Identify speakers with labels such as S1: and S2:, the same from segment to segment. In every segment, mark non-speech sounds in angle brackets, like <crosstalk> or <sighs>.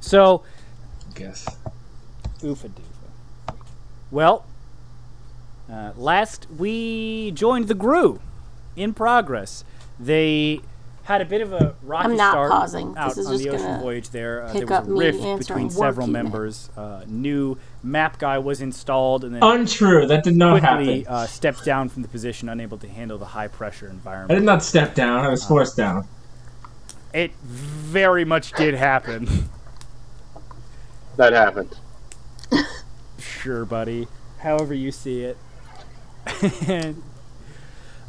S1: So,
S2: guess.
S1: oofa doofa. Well, uh, last we joined the Gru in progress. They had a bit of a rocky
S3: I'm not
S1: start
S3: pausing.
S1: out
S3: This is
S1: on
S3: just
S1: the ocean
S3: gonna
S1: voyage. There, uh, there
S3: pick
S1: was
S3: up
S1: a
S3: me
S1: rift
S3: answering
S1: between several
S3: work email.
S1: members. Uh, new map guy was installed, and then
S2: Oh, Untrue. That did not
S1: quickly
S2: happen.
S1: uh, stepped down from the position, unable to handle the high pressure
S2: I
S1: environment.
S2: did not step down. I was forced down.
S1: It very much did happen. <laughs>
S4: That happened.
S1: sure, buddy. However you see it. <laughs> And,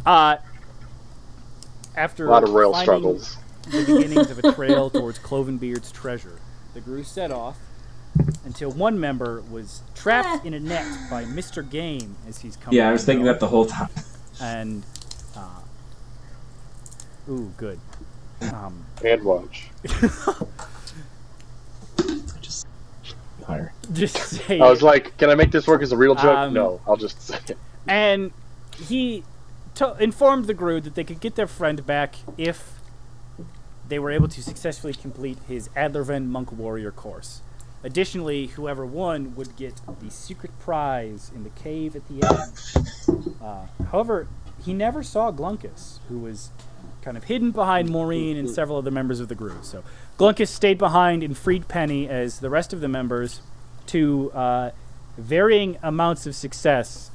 S1: uh, after
S4: A lot of rail
S1: finding
S4: struggles.
S1: the beginnings of a trail towards Clovenbeard's treasure, the Gru set off until one member was trapped in a net by Mr. Game as he's coming.
S2: Yeah, I was thinking
S1: down.
S2: that the whole time.
S1: And, uh, ooh, good. <laughs> Um,
S4: And watch.
S2: Just higher.
S1: just say
S4: I was like, can I make this work as a real joke?
S1: Um,
S4: no, I'll just say it.
S1: and he to informed the Gru that they could get their friend back if they were able to successfully complete his Adlerven Monk Warrior course. Additionally, whoever won would get the secret prize in the cave at the end. Uh, however, he never saw Glunkus, who was kind of hidden behind Maureen and several other members of the Gru. So Glunkus stayed behind and freed Penny as the rest of the members to uh, varying amounts of success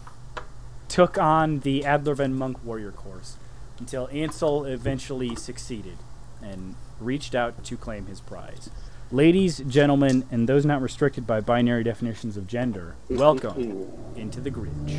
S1: took on the Adlerven Monk Warrior course until Ansel eventually succeeded and reached out to claim his prize. Ladies, gentlemen, and those not restricted by binary definitions of gender, welcome into the Grinch.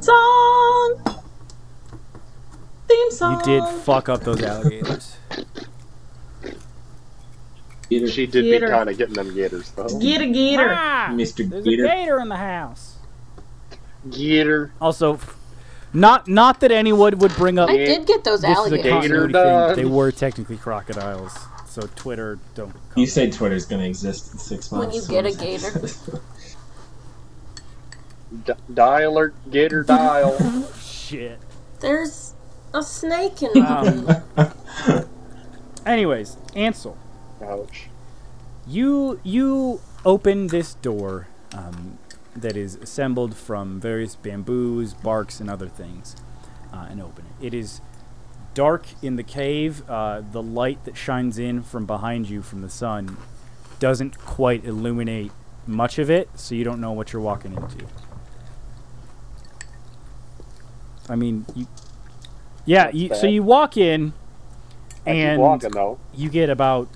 S3: Song! Theme song!
S1: You did fuck up those alligators.
S2: Either
S4: <laughs> She did
S3: Gator.
S4: be kind of getting them gators, though.
S3: Get a gator.
S1: Ah,
S2: Mr.
S1: There's
S2: Gator.
S1: a gator in the house.
S4: Gator.
S1: Also, f- not not that anyone would bring up
S3: I did get those
S1: this is a
S3: alligators.
S4: gator
S1: continuity thing.
S4: dog.
S1: They were technically crocodiles, so Twitter don't.
S2: You
S1: cover
S2: say Twitter's gonna exist in six
S3: When
S2: months.
S3: you get a
S2: <laughs>
S3: gator.
S4: D- die alert, gator dial.
S1: shit.
S3: There's a snake in my
S1: Um,
S3: room.
S1: Anyways, Ansel.
S4: Ouch.
S1: You you open this door um, that is assembled from various bamboos, barks, and other things, uh, and open it. It is dark in the cave. Uh, the light that shines in from behind you from the sun doesn't quite illuminate much of it, so you don't know what you're walking into. I mean, you, yeah.
S4: That's
S1: You, so
S4: bad.
S1: you walk in,
S4: I keep
S1: and
S4: walking though.
S1: you get about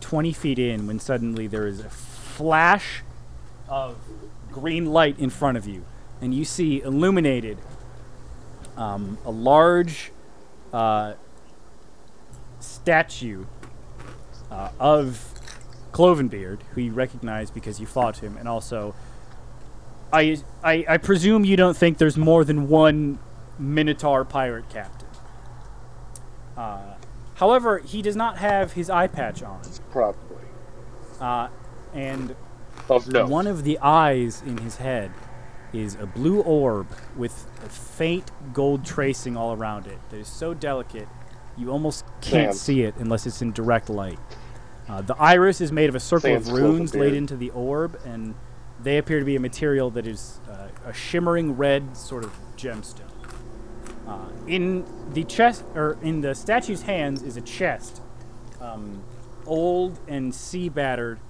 S1: 20 feet in when suddenly there is a flash of green light in front of you, and you see illuminated um, a large uh, statue uh, of Clovenbeard, who you recognize because you fought him, and also. I, I, I presume you don't think there's more than one Minotaur pirate captain. However, he does not have his eye patch on,
S4: Probably.
S1: and
S4: Of no.
S1: one of the eyes in his head is a blue orb with a faint gold tracing all around it that is so delicate you almost can't
S4: Sam.
S1: see it unless it's in direct light. Uh, the iris is made of a circle
S4: Sam's
S1: of
S4: cloven
S1: runes laid
S4: beard.
S1: into the orb, and they appear to be a material that is uh, a shimmering red sort of gemstone. Uh, in the chest, or in the statue's hands, is a chest, um, old and sea battered,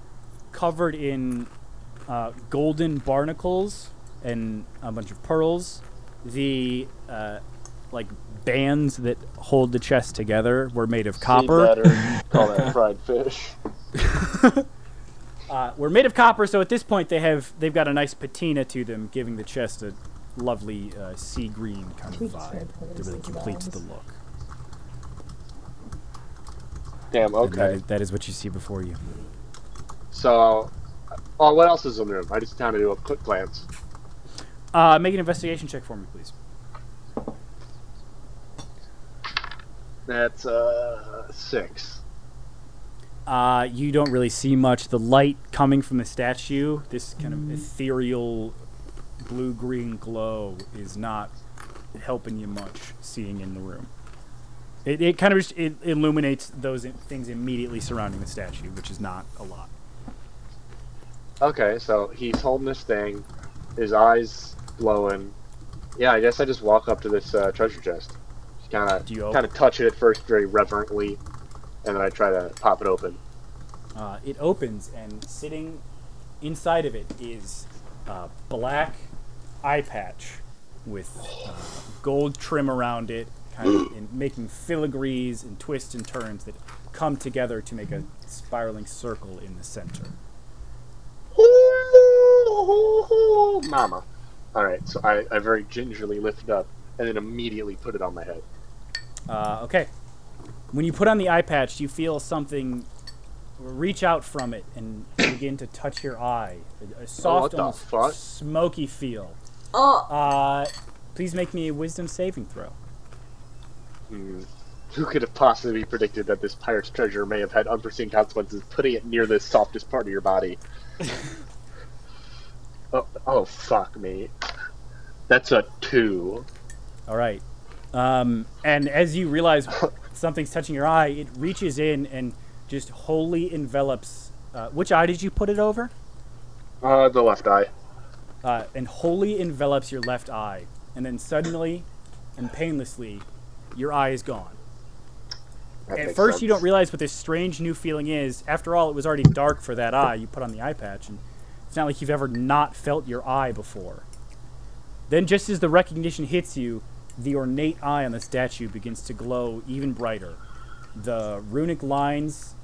S1: covered in uh, golden barnacles and a bunch of pearls. The uh, like bands that hold the chest together were made of copper.
S4: Sea
S1: <laughs>
S4: batter, Call that fried fish.
S1: uh, were made of copper, so at this point they have they've got a nice patina to them, giving the chest a lovely uh, sea green kind of vibe that really completes the look. And
S4: Damn.
S1: that
S4: Okay.
S1: is, that is what you see before you.
S4: So, oh, what else is in the room? I just kind of do a quick glance.
S1: Uh, make an investigation check for me, please.
S4: That's uh six.
S1: Uh, you don't really see much. The light coming from the statue, this kind of ethereal blue green glow, is not helping you much seeing in the room. It, it kind of just it illuminates those in- things immediately surrounding the statue, which is not a lot.
S4: Okay, so he's holding this thing, his eyes glowing. Yeah, I guess I just walk up to this uh, treasure chest, kind of
S1: Do you open-
S4: kind of touch it at first very reverently, and then I try to pop it open. <laughs>
S1: Uh, it opens, and sitting inside of it is a black eye patch with uh, gold trim around it, kind of in making filigrees and twists and turns that come together to make a spiraling circle in the center.
S4: Mama. All right, so I, I very gingerly lift it up and then immediately put it on my head.
S1: Uh, okay. When you put on the eye patch, you feel something reach out from it and begin to touch your eye. A- A soft,
S4: the
S1: almost
S4: fuck?
S1: smoky feel.
S3: Oh,
S1: Uh, please make me a wisdom saving throw.
S4: Hmm. Who could have possibly predicted that this pirate's treasure may have had unforeseen consequences, putting it near the softest part of your
S1: <laughs>
S4: body? oh, oh, fuck me. That's a two.
S1: All right. Um, and as you realize something's touching your eye, it reaches in and just wholly envelops. Uh, which eye did you put it over?
S4: Uh, the left eye.
S1: Uh, and wholly envelops your left eye. And then suddenly and painlessly, your eye is gone.
S4: That
S1: At
S4: makes
S1: first, you
S4: sense.
S1: don't realize what this strange new feeling is. After all, it was already dark for that eye. You put on the eye patch, and it's not like you've ever not felt your eye before. Then, just as the recognition hits you, the ornate eye on the statue begins to glow even brighter. The runic lines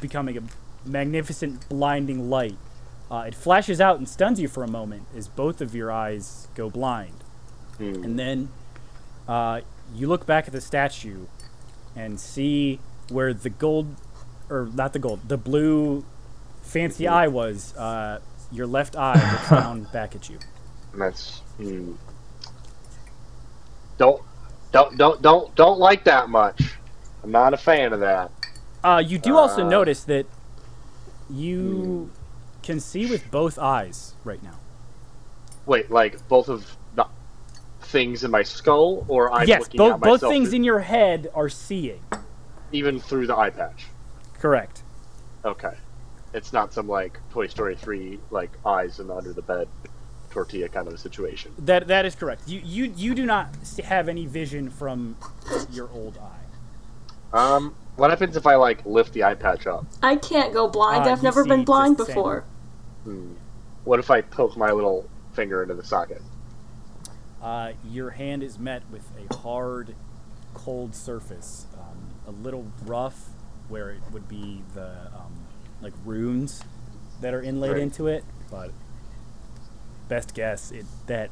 S1: becoming a magnificent, blinding light. Uh, it flashes out and stuns you for a moment as both of your eyes go blind.
S4: Hmm.
S1: And then uh, you look back at the statue and see where the gold, or not the gold, the blue fancy eye was. Uh, your left eye
S4: <laughs>
S1: looks down back at you.
S4: That's. Hmm. Don't, don't, don't, don't, don't like that much. I'm not a fan of that.
S1: Uh, you do also
S4: Uh,
S1: notice that you
S4: hmm.
S1: can see with both eyes right now.
S4: Wait, like both of the things in my skull, or I'm
S1: yes,
S4: looking
S1: both
S4: at
S1: both
S4: myself
S1: things in your head are seeing.
S4: even through the eye patch.
S1: Correct.
S4: Okay. It's not some like Toy Story 3 like eyes and under the bed tortilla kind of a situation.
S1: That that is correct. You you you do not s- have any vision from your old eye.
S4: Um what happens if I like lift the eye patch up?
S3: I can't go blind.
S1: Uh,
S3: I've
S1: you
S3: never
S1: see
S3: been
S1: just
S3: blind
S1: the same.
S3: before.
S4: What if I poke my little finger into the socket?
S1: Uh, your hand is met with a hard, cold surface, um, a little rough where it would be the um, like runes that are inlaid
S4: Right.
S1: into it. But best guess, it that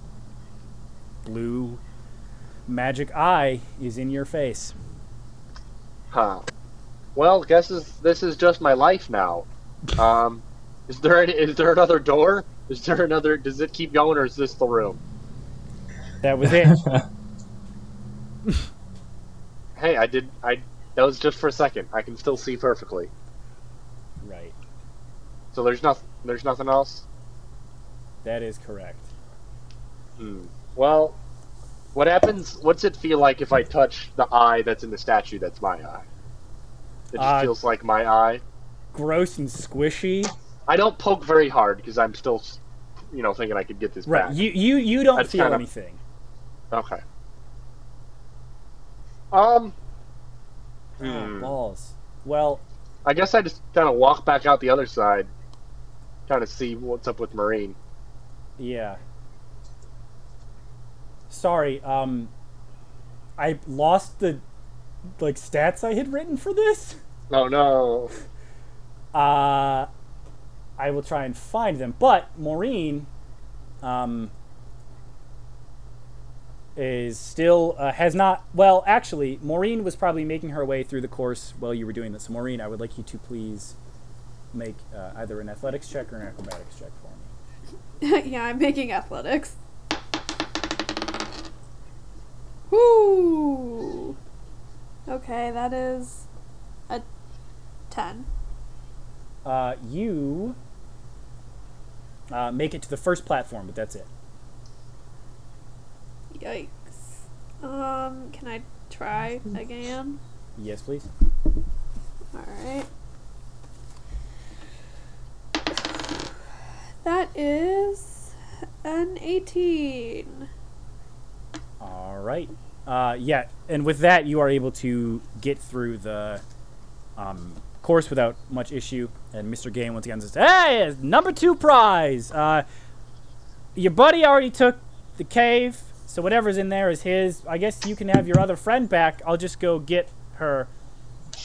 S1: blue magic eye is in your face.
S4: Huh. Well, guess is this is just my life now. Um is there any, is there another door? Is there another does it keep going or is this the room?
S1: That was
S4: <laughs>
S1: it.
S4: Hey, I did I that was just for a second. I can still see perfectly.
S1: right.
S4: So there's nothing there's nothing else.
S1: That is correct.
S4: Hmm. Well, what happens? What's it feel like if I touch the eye that's in the statue? That's my eye. It just
S1: Uh,
S4: feels like my eye.
S1: Gross and squishy.
S4: I don't poke very hard because I'm still, you know, thinking I could get this
S1: Right.
S4: back.
S1: You you you don't
S4: That's
S1: feel
S4: kinda-
S1: anything.
S4: Okay. Um.
S1: Ah,
S4: hmm.
S1: balls. Well,
S4: I guess I just kind of walk back out the other side, kind of see what's up with Marine.
S1: Yeah. Sorry, um I lost the like stats I had written for this.
S4: Oh no.
S1: Uh I will try and find them. But Maureen um is still uh, has not well actually Maureen was probably making her way through the course while you were doing this. Maureen, I would like you to please make uh, either an athletics check or an acrobatics check for me.
S5: <laughs> yeah, I'm making athletics. Woo! Okay, that is a 10.
S1: Uh, you uh, make it to the first platform, but that's it.
S5: Yikes. Um, can I try again?
S1: Yes, please.
S5: Alright. That is an 18.
S1: All right. Uh, yeah, and with that, you are able to get through the um, course without much issue. And Mr. Game once again says, "Hey, it's number two prize. Uh, your buddy already took the cave, so whatever's in there is his. I guess you can have your other friend back. I'll just go get her."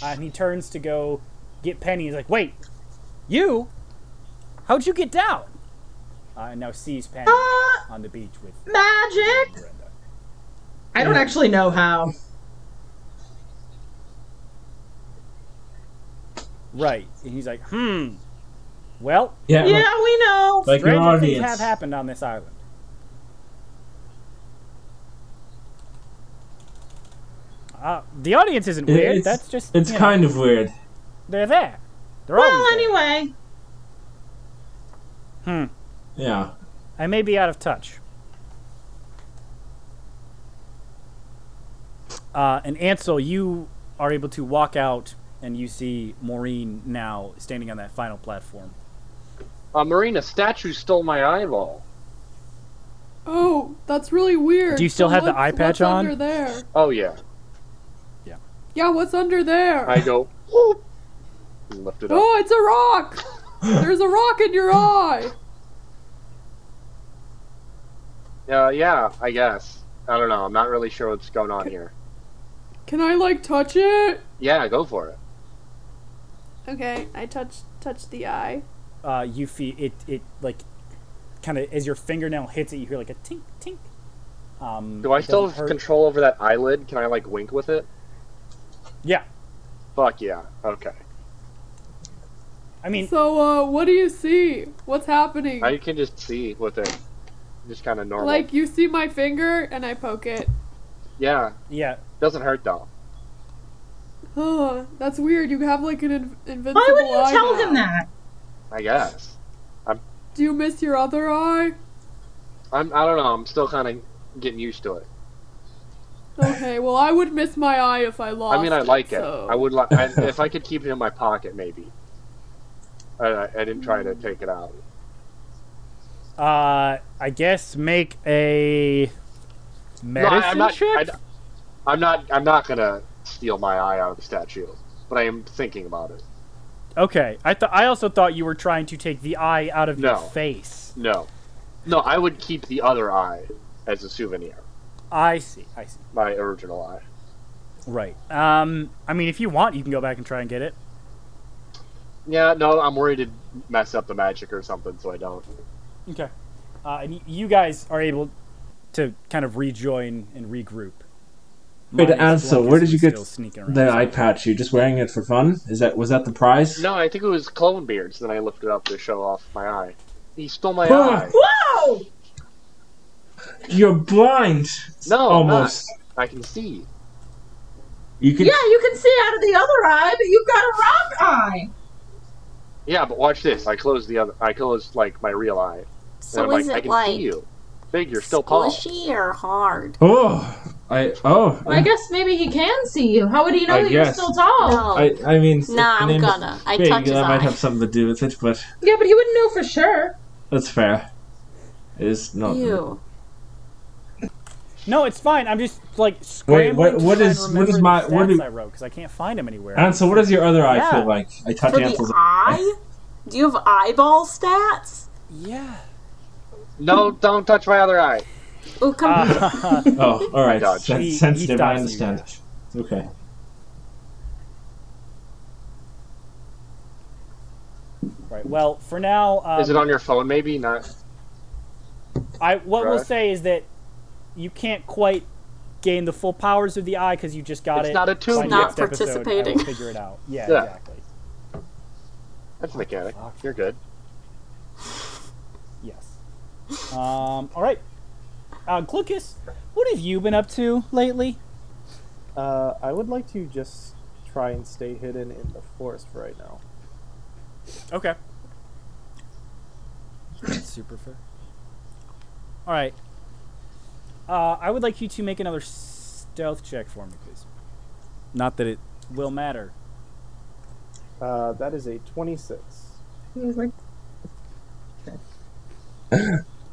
S1: Uh, and he turns to go get Penny. He's like, "Wait, you? How'd you get down?" Uh, and now sees Penny
S6: Uh,
S1: on the beach with
S6: magic.
S1: Brenda.
S6: I don't actually know how.
S1: Right. And he's like, hmm. Well,
S2: Yeah,
S6: Yeah,
S2: like,
S6: we know.
S2: like your
S1: stranger things
S2: audience.
S1: have happened on this island. Uh, the audience isn't
S2: It-
S1: weird.
S2: it's-
S1: That's just
S2: It's
S1: you know,
S2: kind of weird.
S1: they're there. They're
S6: Well,
S1: always there.
S6: anyway,
S2: Yeah.
S1: I may be out of touch. Uh, and Ansel, you are able to walk out, and you see Maureen now standing on that final platform.
S4: Uh, A marina statue stole my eyeball.
S5: Oh, that's really weird.
S1: Do you still
S5: So
S1: have the
S5: what's-
S1: eye patch
S5: what's
S1: on?
S5: Under there.
S4: Oh yeah.
S5: Yeah, what's under there?
S4: I go <laughs> whoop and lift it up.
S5: Oh, it's a rock! There's a rock in your eye!
S4: Uh, yeah, I guess. I don't know. I'm not really sure what's going on here.
S5: Can I like touch it?
S4: Yeah, go for it.
S5: Okay, I touch touch the eye.
S1: uh, you feel it it like kind of as your fingernail hits it you hear like a tink tink um,
S4: Do I
S1: it
S4: still
S1: doesn't
S4: have
S1: hurt.
S4: control over that eyelid? Can I like wink with it?
S1: yeah
S4: Fuck yeah. Okay.
S1: i mean
S5: So uh what do you see? What's happening?
S4: I can just see with it. Just kind of normal.
S5: like you see my finger and I poke it.
S4: yeah,
S1: yeah
S4: doesn't hurt though.
S5: Huh, that's weird. You have like an in- invincible
S6: why would you
S5: eye
S6: tell
S5: now.
S6: him that?
S4: I guess.
S5: Do you miss your other eye?
S4: I'm. I don't know. I'm still kind of getting used to it.
S5: Okay, well I would miss my eye if I lost.
S4: I mean, I like it.
S5: so-
S4: I would like I- if I could keep it in my pocket, maybe. I, I I didn't try to take it out.
S1: uh, i guess make a
S4: No,
S1: medicine
S4: I, I'm not.
S1: check
S4: I, I'm not. I'm not gonna steal my eye out of the statue, but I am thinking about it.
S1: okay i thought i also thought you were trying to take the eye out of your
S4: No.
S1: face
S4: No, no, I would keep the other eye as a souvenir.
S1: i see i see
S4: My original eye.
S1: right um i mean if you want you can go back and try and get it
S4: Yeah, no, I'm worried to mess up the magic or something, so I don't.
S1: okay uh, and y- you guys are able to kind of rejoin and regroup
S2: Wait,
S1: Mine is
S2: Ansel,
S1: Blunkus,
S2: where did you
S1: who's
S2: get
S1: still sneaking around.
S2: That eye patch. You just wearing it for fun? Is that was that the prize?
S4: No, I think it was clone beards. Then I lifted up to show off my eye. He stole my
S2: Huh.
S4: eye.
S6: Whoa!
S2: You're blind.
S4: No, I'm
S2: almost.
S4: I can see.
S2: You
S6: Yeah,
S2: can.
S6: you can see out of the other eye, but you've got a rock eye.
S4: Yeah, but watch this. I closed the other. I closed like my real eye.
S3: So
S4: and I'm
S3: is
S4: like, I
S3: it
S4: can
S3: like
S4: see you. Big, you're still tall.
S3: squishy or hard?
S2: Oh, I. Oh,
S6: I guess maybe he can see you. How would he know
S2: I
S6: that you're
S2: guess.
S6: still tall?
S3: No,
S2: I. I mean. the
S3: Nah, I'm
S2: name is
S3: gonna. I
S2: big,
S3: touch his
S2: That might
S3: eye.
S2: have something to do with it, but
S6: Yeah, but he wouldn't know for sure.
S2: that's fair. It is not.
S3: Ew.
S1: No, it's fine. I'm just like scrambling.
S2: what-
S1: to
S2: what
S1: try and
S2: is- what
S1: remember
S2: is
S1: the
S2: my-
S1: stats
S2: what do-
S1: I wrote because I can't find them anywhere.
S2: Ansel, what does your other eye
S1: Yeah.
S2: feel like? I touch
S3: For
S2: Ansel's
S3: the eye? Do you have eyeball stats?
S1: yeah.
S4: No, don't touch my other eye.
S3: Oh, come on.
S1: Uh,
S2: Oh, all right.
S4: Dodge.
S1: He-
S2: That's
S1: he
S2: sensitive. I
S1: dodged you,
S2: understand. It's okay.
S1: <laughs> right. Well, for now, um,
S4: Is it on your phone? Maybe not.
S1: I what we'll
S4: Right.
S1: say is that you can't quite gain the full powers of the eye because you just got
S4: It's
S1: it.
S4: not a
S1: by
S4: tube
S1: next
S3: yet. Not
S1: episode, I will
S3: participating.
S1: Figure it out. Yeah,
S4: Yeah.
S1: exactly.
S4: That's mechanic. You're good.
S1: Yes. Um. All right. Uh, Glucas, what have you been up to lately?
S7: Uh, I would like to just try and stay hidden in the forest for right now.
S1: Okay. Super fair. All right. Uh, I would like you to make another stealth check for me, please. Not that it will matter.
S7: Uh, that is a 26.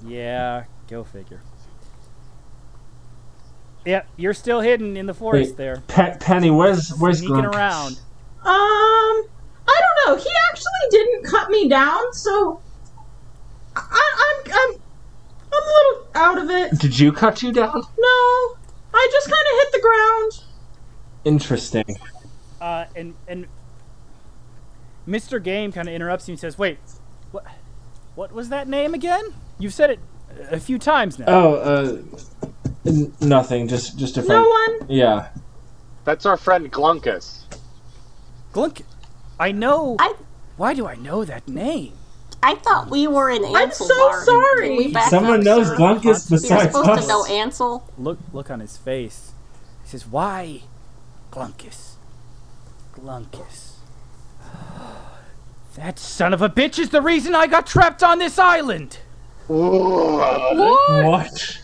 S1: Yeah, go figure. Yeah, you're still hidden in the forest
S2: Wait.
S1: there,
S2: Pe- Penny, where's where's
S1: sneaking
S2: Grunk?
S1: around.
S6: Um, I don't know. He actually didn't cut me down, so I, I'm I'm I'm a little out of it.
S2: Did you cut you down?
S6: No, I just kind of hit the ground.
S2: Interesting.
S1: Uh, and and Mr. Game kind of interrupts you and says, "Wait, what? What was that name again? You've said it a few times now."
S2: Oh, uh, n- nothing. Just just a friend.
S6: No one.
S2: Yeah.
S4: That's our friend Glunkus.
S1: Glunk, I know.
S3: I-
S1: Why do I know that name?
S3: I thought we were in Ansel.
S6: I'm so sorry.
S2: Someone knows Glunkus
S3: You're
S2: besides
S3: supposed to know
S2: us.
S3: Ansel.
S1: Look, look on his face. He says, "Why, Glunkus? Glunkus? <sighs> That son of a bitch is the reason I got trapped on this island.
S2: What?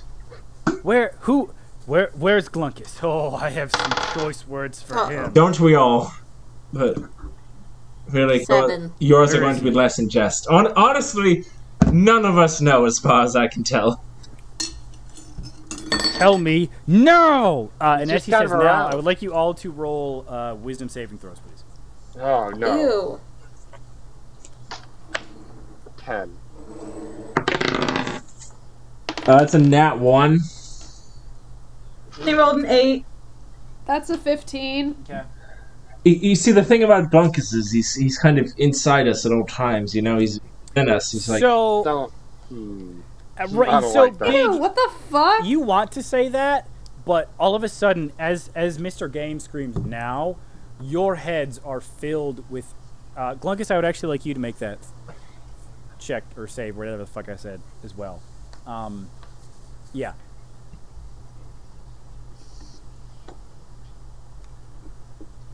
S1: Where? Who? Where? Where's Glunkus? Oh, I have some choice words for
S3: Uh-oh.
S1: him.
S2: Don't we all? But really, go-
S3: Seven.
S2: yours are
S1: Where
S2: going
S1: is
S2: to be less in jest. On- honestly, none of us know, as far as I can tell.
S1: Tell me no. Uh, and as
S4: Just
S1: he
S4: kind
S1: says
S4: of
S1: now,
S4: around.
S1: I would like you all to roll uh, wisdom saving throws, please.
S4: Oh no.
S3: Ew.
S4: Ten.
S2: Uh, it's a nat one.
S6: They rolled an eight.
S5: That's a 15.
S2: You, you see, the thing about Glunkus is he's he's kind of inside us at all times. You know, he's in us. He's like,
S1: so,
S4: Don't. Hmm.
S1: uh, right,
S4: I don't
S1: so
S4: like that.
S1: big.
S5: Ew, what the fuck?
S1: you want to say that, but all of a sudden, as as Mr. Game screams now, your heads are filled with. Uh, Glunkus, I would actually like you to make that check or save, whatever the fuck I said, as well. Um, yeah.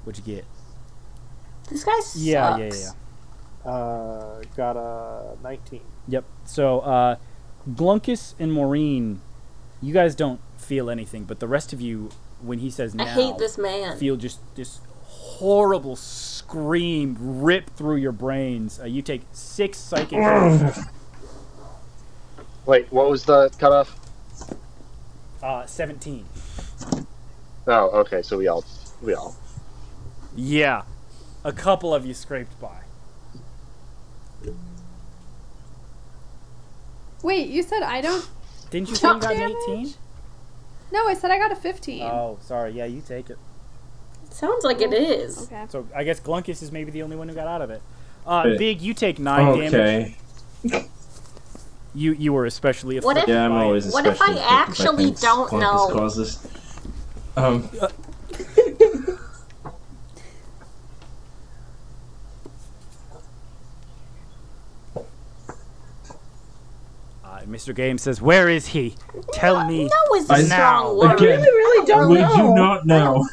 S1: What'd you get?
S3: This guy sucks.
S1: Yeah, yeah, yeah, yeah.
S7: Uh, got a 19.
S1: Yep. So, uh, Glunkus and Maureen, you guys don't feel anything, but the rest of you, when he says now,
S3: I hate this man.
S1: feel just this horrible scream rip through your brains. Uh, you take six psychic
S2: Mm.
S1: damage,
S4: Wait, what was the cutoff?
S1: uh, 17.
S4: Oh, okay. So we all, we all.
S1: Yeah. A couple of you scraped by.
S5: Wait, you said I don't.
S1: Didn't you say you got an
S5: Damage.
S1: 18?
S5: No, I said I got a 15.
S4: Uh,
S1: Oh, sorry. Yeah, you take it.
S3: Sounds like it is.
S5: Okay.
S1: So I guess Glunkus is maybe the only one who got out of it. Uh,
S2: Hey.
S1: Big, you take nine damage.
S2: "Oh, okay,
S1: You you were especially
S3: What if-
S1: afflicted.
S2: yeah, I'm
S1: by it.
S2: always.
S3: What if
S2: especially
S3: I
S2: affected by
S3: actually
S2: things
S3: don't
S2: Glunkus
S3: know?
S2: Causes. Um,
S1: Uh, Mr. Game says, "Where is he? Tell me."
S3: No is a
S2: I-
S3: strong word.
S2: again,
S6: We really don't
S2: we
S6: know.
S2: do not know.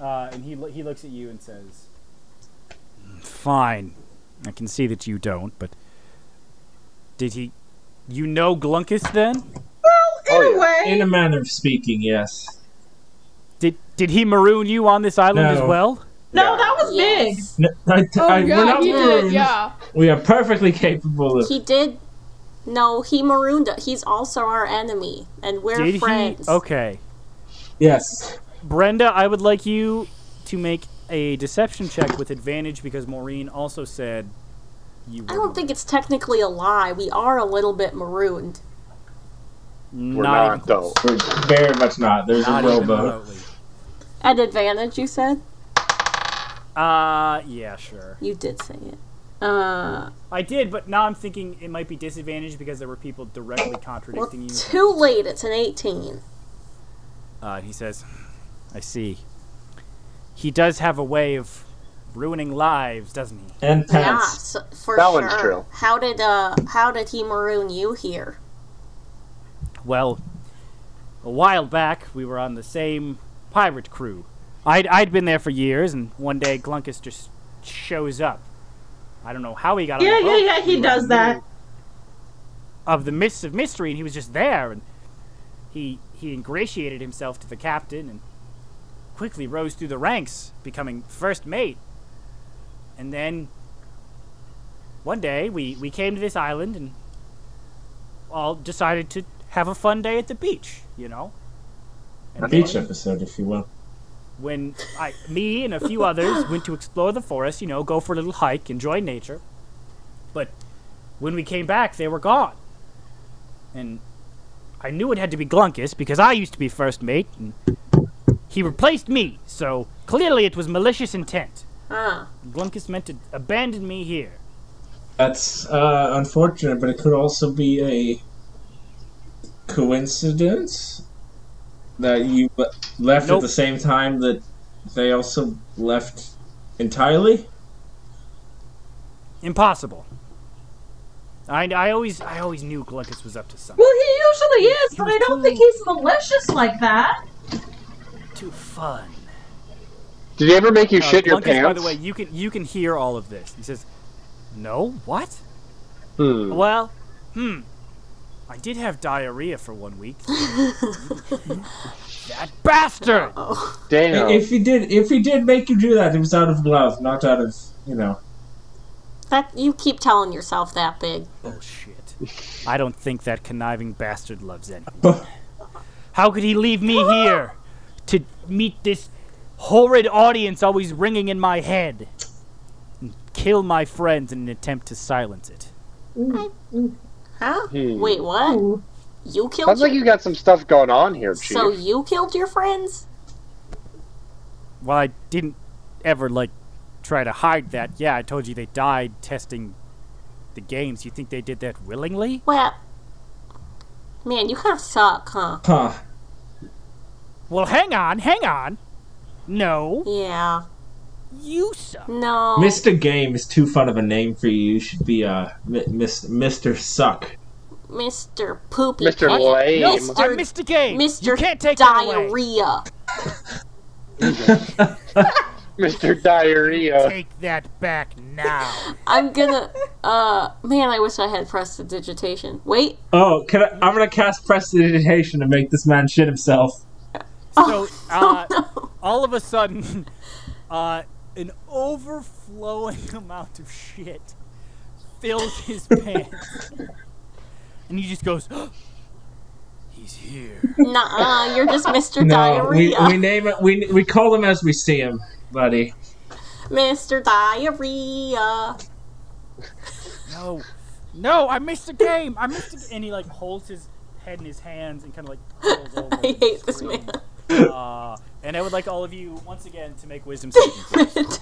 S1: Uh, and he lo- he looks at you and says, "Fine, I can see that you don't, but did he? You know Glunkus then?
S6: Well, in
S4: Oh,
S6: a
S4: yeah.
S6: way,
S2: In a manner of speaking, yes.
S1: Did did he maroon you on this island as
S2: No.
S1: well?
S6: no,
S4: Yeah.
S6: that was big.
S3: Yes.
S2: No, I,
S5: Oh,
S2: I, we're
S5: God,
S2: not
S5: he
S2: marooned.
S5: did, yeah.
S2: We are perfectly capable of.
S3: He did. No, he marooned us. He's also our enemy, and we're
S1: did
S3: friends.
S1: he? Okay,
S2: Yes.
S1: Brenda, I would like you to make a deception check with advantage because Maureen also said you
S3: I don't
S1: wouldn't.
S3: think it's technically a lie. We are a little bit marooned.
S4: We're
S1: not,
S4: not,
S1: even
S4: though.
S1: close.
S2: We're very much not. There's
S1: Not
S2: a
S1: even
S2: rowboat.
S1: remotely.
S3: At advantage, you said?
S1: Uh, yeah, sure.
S3: You did say it. Uh,
S1: I did, but now I'm thinking it might be disadvantage because there were people directly
S3: well,
S1: contradicting you.
S3: too late. It's an 18.
S1: Uh, he says, I see. He does have a way of ruining lives, doesn't he?
S2: And
S3: Yeah,
S2: pants.
S3: s for
S4: That
S3: sure.
S4: one's true.
S3: How did uh how did he maroon you here?
S1: Well, a while back, we were on the same pirate crew. I'd, I'd been there for years, and one day Glunkus just shows up. I don't know how he got
S6: Yeah,
S1: on the
S6: yeah,
S1: boat
S6: yeah, he does that.
S1: of the mists of mystery, and he was just there, and he he ingratiated himself to the captain, and quickly rose through the ranks, becoming first mate. And then one day we we came to this island and all decided to have a fun day at the beach, you know.
S2: A beach episode, if you will.
S1: When I me and a few others went to explore the forest, you know, go for a little hike, enjoy nature. But when we came back, they were gone. And I knew it had to be Glunkus because I used to be first mate, and he replaced me, so clearly it was malicious intent. <laughs>
S3: Ah,
S1: Glunkus meant to abandon me here.
S2: That's uh, unfortunate, but it could also be a coincidence that you le- left
S1: Nope.
S2: at the same time that they also left entirely.
S1: Impossible. I, I always I always knew Glunkus was up to something.
S6: Well, he usually is, but I don't think he's malicious like that.
S1: Too fun.
S4: Did he ever make you
S1: Uh,
S4: shit your
S1: Glunkus,
S4: pants?
S1: By the way, you can you can hear all of this. He says, "No, what?
S4: Hmm.
S1: Well, hmm. I did have diarrhea for one week. that bastard!
S3: Oh,
S4: Damn.
S2: If he did, if he did make you do that, it was out of love, not out of you know.
S3: that you keep telling yourself that big.
S1: Bullshit. I don't think that conniving bastard loves anyone.
S2: Buh.
S1: How could he leave me here to meet this horrid audience always ringing in my head? And kill my friends in an attempt to silence it.
S3: Huh?
S4: Hmm.
S3: Wait, what? You killed
S4: Sounds
S3: your,
S4: like you got some stuff going on here, Chief.
S3: So you killed your friends?
S1: Well, I didn't ever, like, try to hide that. Yeah, I told you they died testing the games. You think they did that willingly?
S3: Well, man, you kind of suck, huh?
S2: Huh.
S1: Well, hang on, hang on. No,
S3: Yeah.
S1: you suck.
S3: No.
S2: Mr. Game is too fun of a name for you. You should be uh, mi mis- Mr. Suck.
S3: Mr. Poopy
S4: Mr.
S3: Pants.
S4: Lame.
S1: No,
S3: Mr.
S1: I missed a game.
S3: Mr.
S1: You can't take that away.
S3: Diarrhea.
S4: <laughs> Mr.
S3: <laughs>
S4: Diarrhea.
S1: Take that back now. <laughs>
S3: I'm gonna. Uh, man, I wish I had pressed the digitation. Wait,
S2: Oh, can I, I'm gonna cast prestidigitation to make this man shit himself.
S1: So, uh, all of a sudden, <laughs> uh, an overflowing <laughs> amount of shit fills <laughs> his pants. And he just goes, <gasps> He's here.
S3: nah, you're
S1: <laughs>
S3: just <laughs> Mr.
S2: No, we,
S3: Diarrhea.
S2: we name it. We we call him as we see him, buddy.
S3: Mr. Diarrhea.
S1: No, no, I missed a game. I missed a And he, like, holds his head in his hands and kind of, like, rolls
S3: <laughs>
S1: over.
S3: I hate this man. <laughs>
S1: Uh, and I would like all of you, once again, to make wisdom saving throws.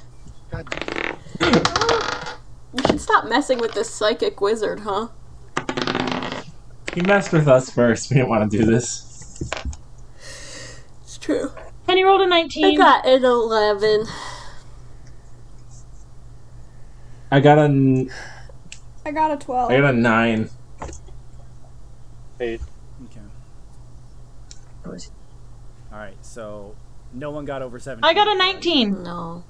S3: You should stop messing with this psychic wizard, huh?
S2: He messed with us first. <laughs> We didn't want to do this.
S3: It's true.
S6: And he rolled a
S3: I
S6: 19.
S3: got an 11.
S2: I got a n-
S5: I got a twelve.
S2: I got a nine.
S4: Hey,
S1: Okay. All right. So no one got over seven.
S6: I got a 19.
S3: No.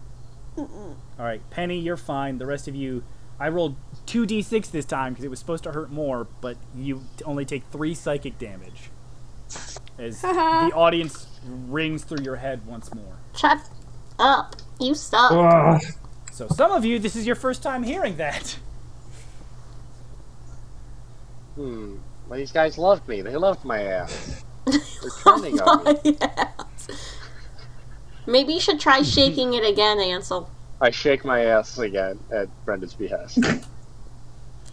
S1: All right, Penny, you're fine. The rest of you, I rolled two d6 this time because it was supposed to hurt more, but you t- only take three psychic damage
S3: <laughs>
S1: as the audience rings through your head once more.
S3: Shut up. You suck. <laughs>
S2: Ugh.
S1: So some of you, this is your first time hearing that.
S4: hmm. Well, these guys loved me. They loved my ass.
S3: <laughs>
S4: They're
S3: Oh
S4: turning on me.
S3: Yes. Maybe you
S1: <laughs>
S3: should try shaking it again, Ansel. <laughs>
S4: I shake my ass again at Brenda's behest. <laughs>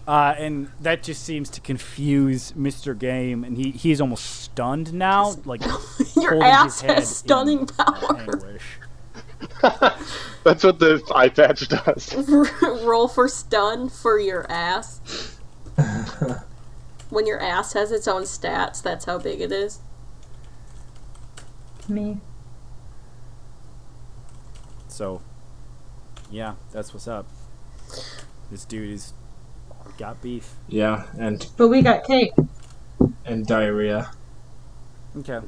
S1: Uh, and that just seems to confuse Mr. Game, and he, he's almost stunned now. Like
S3: <laughs> Your
S1: holding his
S3: ass
S1: head in
S3: has stunning power.
S1: anguish.
S4: That's what the eye patch does. <laughs>
S3: <laughs> Roll for stun for your ass.
S1: <laughs>
S3: when your ass has its own stats, that's how big it is.
S6: Me.
S1: So, yeah, that's what's up. This dude is got beef.
S2: Yeah, and
S6: But we got cake.
S2: and diarrhea.
S1: Okay.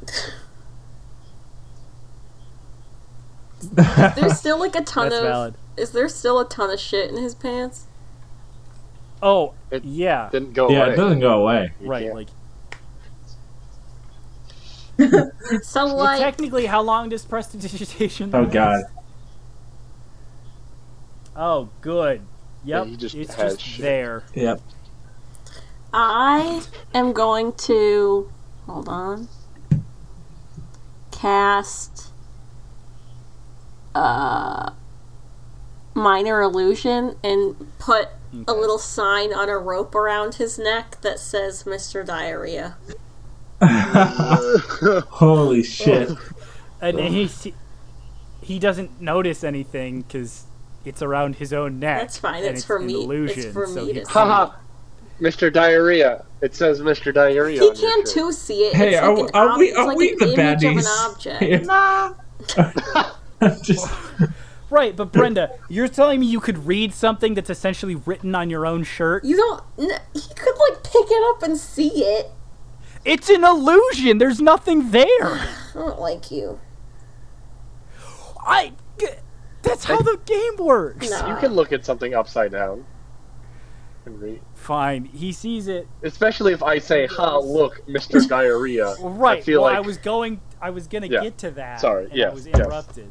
S1: <laughs>
S3: There's still like a ton
S1: That's
S3: of.
S1: valid.
S3: Is there still a ton of shit in his pants?
S1: Oh,
S4: It-
S1: yeah.
S4: Didn't
S2: <laughs>
S4: go
S2: yeah,
S4: away.
S2: it doesn't go away.
S4: You
S1: Right.
S4: can't-
S1: Like,
S3: So
S1: well,
S3: like,
S1: technically, how long does prestidigitation? <laughs>
S2: Oh
S1: last?
S2: god.
S1: Oh, good. Yep.
S4: he just
S1: it's
S4: has
S1: just
S4: shit.
S1: there.
S2: Yep. <laughs>
S3: I am going to hold on. Cast uh minor illusion and put a
S1: Okay.
S3: little sign on a rope around his neck that says Mr. Diarrhea.
S2: Holy shit.
S1: And he he- he doesn't notice anything because it's around his own neck.
S3: That's fine,
S1: and
S3: it's for
S1: an
S3: me- it's
S1: Illusion,
S3: for
S1: so
S3: me
S1: he
S3: to
S1: can't-
S4: Haha. Mr. Diarrhea. It says Mr. Diarrhea.
S3: He
S4: on your
S3: can
S4: shirt.
S3: too see it.
S2: Hey,
S3: it's
S2: are,
S3: like an
S2: are
S3: ob-
S2: we
S3: it's
S2: are
S3: like
S2: we
S3: an
S2: the
S3: image of an
S2: baddies?
S3: object.
S6: Nah.
S2: <laughs> I'm just
S1: Right, but Brenda, you're telling me you could read something that's essentially written on your own shirt?
S3: You don't. N- he could like pick it up and see it.
S1: It's an illusion. There's nothing there.
S3: I don't like you. <laughs>
S1: I. That's how the game works.
S3: No.
S4: You can look at something upside down. And read.
S1: Fine. He sees it.
S4: Especially if I say, "Ha, look, Mr. Diarrhea."
S1: Well, right.
S4: I feel
S1: well,
S4: like
S1: I was going. I was gonna
S4: Yeah.
S1: get to that.
S4: Sorry,
S1: And I
S4: yes,
S1: was
S4: yes.
S1: interrupted.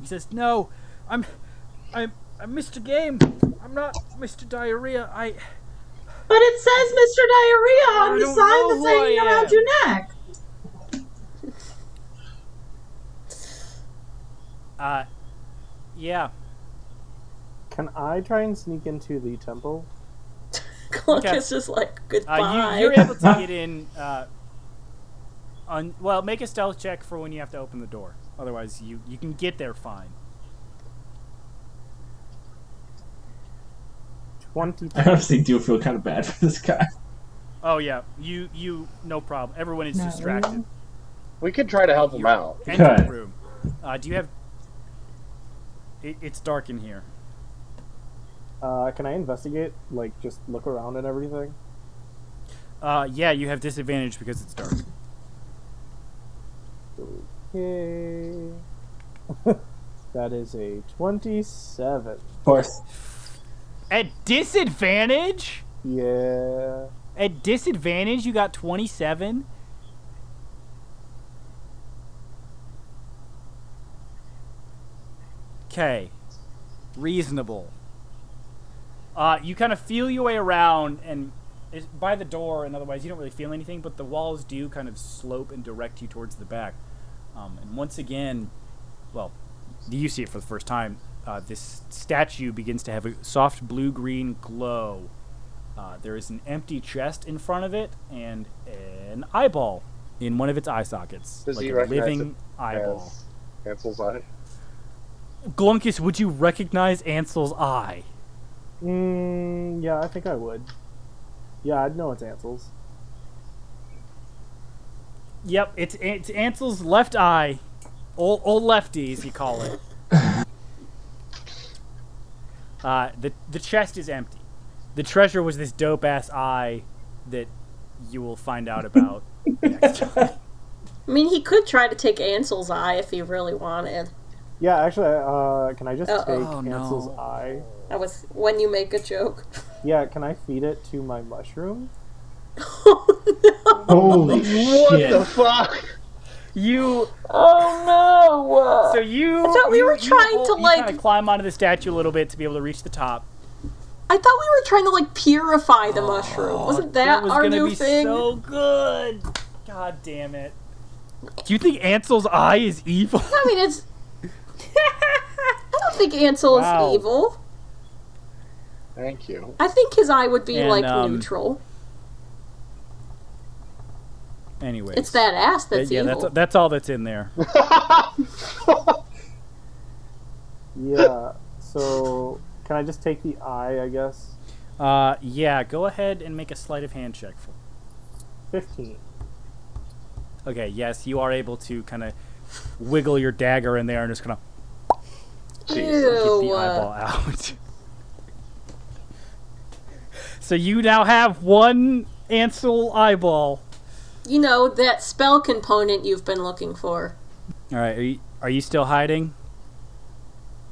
S1: He says, "No, I'm, I'm, I'm Mr. Game. I'm not Mr. Diarrhea. I.
S6: But it says Mr. Diarrhea
S1: I
S6: on the
S1: don't
S6: sign
S1: know
S6: that's
S1: who
S6: hanging
S1: I
S6: around
S1: am.
S6: your neck.
S1: Uh, yeah.
S7: Can I try and sneak into the temple?
S3: Clock
S1: Okay.
S3: is just like goodbye.
S1: Uh, you, you're able to get in. Uh, on well, make a stealth check for when you have to open the door. Otherwise, you you can get there fine.
S7: 20.
S2: I
S1: <laughs>
S2: honestly do feel kind of bad for this guy. <laughs>
S1: Oh yeah, you you no problem. Everyone is
S6: No.
S1: distracted.
S4: we could try to help him out.
S1: Enter
S2: Okay.
S1: the room. Uh, do you have? It, it's dark in here.
S7: Uh, can I investigate? Like, just look around and everything?
S1: Uh, yeah, you have disadvantage because it's dark.
S7: Yay. <laughs> that is a 27.
S2: Of course.
S1: At disadvantage?
S7: Yeah.
S1: At disadvantage, you got 27? Okay. Reasonable. Uh, you kind of feel your way around and it's by the door, and otherwise you don't really feel anything, but the walls do kind of slope and direct you towards the back. Um, and once again, well, you see it for the first time. Uh, this statue begins to have a soft blue green glow. Uh, there is an empty chest in front of it and an eyeball in one of its eye sockets.
S4: Does
S1: like
S4: he
S1: a
S4: recognize
S1: living eyeball.
S4: As Hansel's eye.
S1: Glunkus, would you recognize Ansel's eye?
S7: Mm, yeah, I think I would. Yeah, I'd know it's Ansel's.
S1: Yep, it's, it's Ansel's left eye. Old, old lefty, as you call <laughs> it. uh, the, the chest is empty. The treasure was this dope ass eye that you will find <laughs> out about next time.
S3: I mean, he could try to take Ansel's eye if he really wanted.
S7: Yeah, actually, uh, can I just
S3: Uh-oh.
S7: take
S1: Oh, no.
S7: Ansel's eye?
S3: That was when you make a joke. <laughs>
S7: Yeah, can I feed it to my mushroom?
S3: oh no!
S2: Holy
S4: What
S2: shit.
S4: the fuck?
S1: You
S3: Oh
S1: So you.
S3: I thought we
S1: you-
S3: were
S1: you
S3: trying
S1: hold-
S3: to,
S1: you
S3: like-
S1: kinda climb onto the statue a little bit to be able to reach the top.
S3: I thought we were trying to like purify the mushroom. Wasn't that,
S1: That was
S3: our
S1: gonna
S3: new
S1: be
S3: thing? <laughs>
S1: so good. God damn it. Do you think Ansel's eye is
S3: <laughs>
S1: evil?
S3: I mean, it's. I don't think Ansel
S1: Wow.
S3: is evil.
S4: Thank you. <laughs>
S3: I think his eye would be
S1: And,
S3: like
S1: um,
S3: neutral.
S1: Anyways,
S3: It's that ass that's
S1: yeah,
S3: evil.
S1: that's that's all that's in there. <laughs>
S4: Hmm.
S7: Yeah. So can I just take the eye? I guess
S1: Uh, yeah, go ahead and make a sleight of hand check for.
S7: fifteen.
S1: Okay, yes, you are able to kind of wiggle your dagger in there and just kind of
S4: Jesus.
S1: get the
S3: Ew. uh,
S1: eyeball out. <laughs> so you now have one Ansel eyeball.
S3: You know, that spell component you've been looking for.
S1: All right, are you, are you still hiding?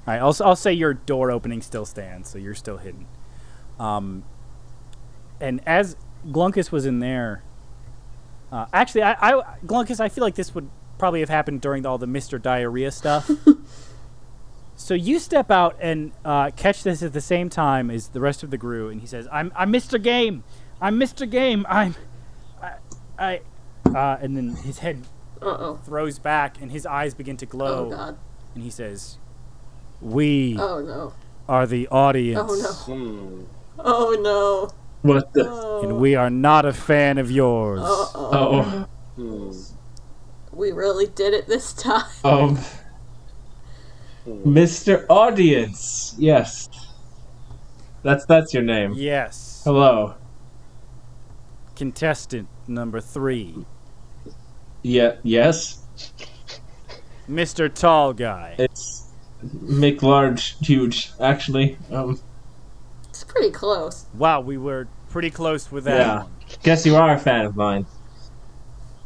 S1: All right, I'll, s- I'll say your door opening still stands, so you're still hidden. Um, and as Glunkus was in there, uh, actually, I, I Glunkus, I feel like this would probably have happened during all the Mister Diarrhea stuff. so you step out and uh, catch this at the same time as the rest of the crew, and he says, "I'm I'm Mister Game, I'm Mister Game, I'm I." I uh, and then his head
S3: Uh oh.
S1: throws back and his eyes begin to glow
S3: Oh god.
S1: and he says we
S3: Oh no.
S1: are the audience
S3: Oh no.
S4: Hmm.
S3: Oh no.
S2: What the?
S3: Oh.
S1: and we are not a fan of yours
S3: Uh-oh.
S2: Oh,
S4: Hmm.
S3: We really did it this <laughs> time.
S2: um, Mr. Audience. Yes, that's that's your name.
S1: yes
S2: Hello.
S1: contestant number 3
S2: Yeah. Yes.
S1: Mr. Tall Guy
S2: It's Mick Large, huge. Actually, um,
S3: It's pretty close.
S1: wow we were pretty close with that
S2: Yeah.
S1: one
S2: guess you are a fan of mine.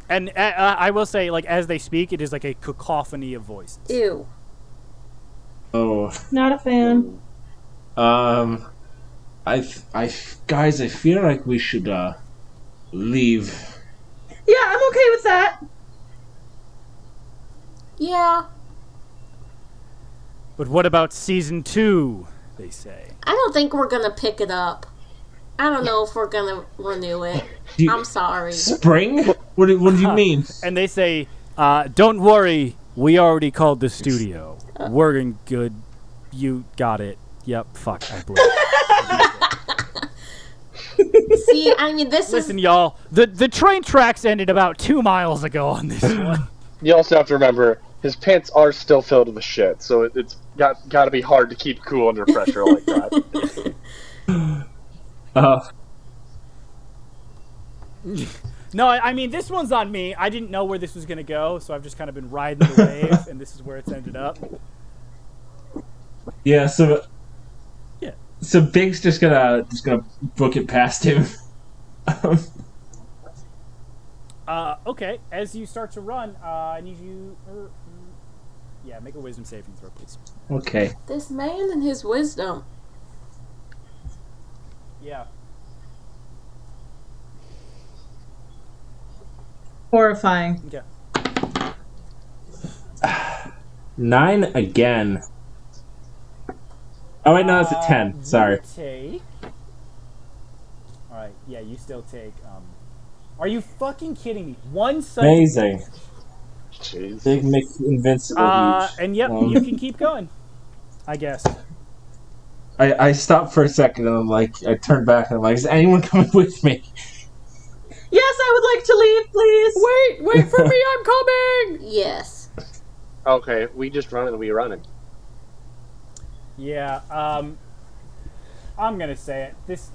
S1: and uh, uh, I will say like as they speak it is like a cacophony of voices
S3: Ew.
S2: Oh.
S6: Not a fan.
S2: Um, I, f- I, f- guys, I feel like we should uh leave.
S6: Yeah, I'm okay with that.
S3: Yeah.
S1: but what about season 2 they say
S3: I don't think we're gonna pick it up. I don't know if we're gonna renew it.
S2: Do you-
S3: I'm sorry.
S2: Spring? What do, what do you mean?
S1: and they say, uh, "Don't worry, we already called the studio. We're in good. You got it. Yep. Fuck. I blew it.
S3: See, I mean, this
S1: Listen, y'all. The the train tracks ended about two miles ago on this one.
S4: You also have to remember his pants are still filled with shit, so it, it's got got to be hard to keep cool under pressure
S3: <laughs>
S4: like that.
S2: Uh,
S1: No, I, I mean this one's on me. I didn't know where this was gonna go, so I've just kind of been riding the wave, and this is where it's ended up.
S2: yeah. So.
S1: Yeah.
S2: So Big's just gonna just gonna book it past him. <laughs>
S1: Uh, okay. As you start to run, uh, I need you. er, mm, yeah, make a wisdom saving throw, please.
S2: okay.
S3: is this man and his wisdom.
S1: Yeah.
S6: Horrifying.
S1: Okay.
S2: Nine again. Oh wait, no, it's a
S1: Uh,
S2: ten.
S1: you
S2: Sorry.
S1: Take. All right. Yeah, you still take. Um, are you fucking kidding me? One side.
S2: Amazing.
S4: Jeez.
S2: Big Mick invincible.
S1: Uh,
S2: huge.
S1: and yep,
S2: Um,
S1: you can keep going. I guess.
S2: I, I stopped for a second and I'm like, I turned back and I'm like, is anyone <laughs> coming with me?
S6: Yes, I would like to leave, please.
S5: Wait, wait for me, I'm coming!
S3: Yes.
S4: Okay, we just run and we run it.
S1: Yeah. Um, I'm gonna say it. This.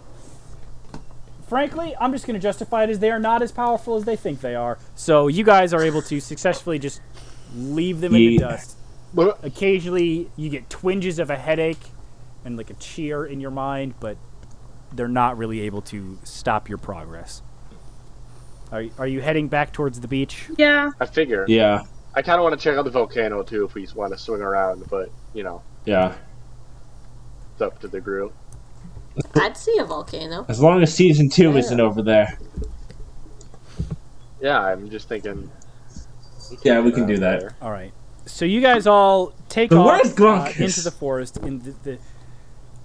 S1: Frankly, I'm just gonna justify it as they are not as powerful as they think they are. So you guys are able to successfully just leave them in the
S2: Yeet.
S1: dust.
S4: But
S1: occasionally you get twinges of a headache and like a cheer in your mind, but they're not really able to stop your progress. Are, are you heading back towards the beach?
S6: Yeah.
S4: I figure
S2: Yeah,
S4: I kind of want to check out the volcano too if we want to swing around, but you know
S2: yeah.
S4: it's up to the group.
S3: I'd see a volcano.
S2: As long as season two isn't over there.
S4: Yeah, I'm just thinking. uh,
S2: Yeah, we can do that.
S4: there.
S1: All right. So you guys all take
S2: But
S1: off
S2: where's Glunkus?
S1: uh, into the forest in the, the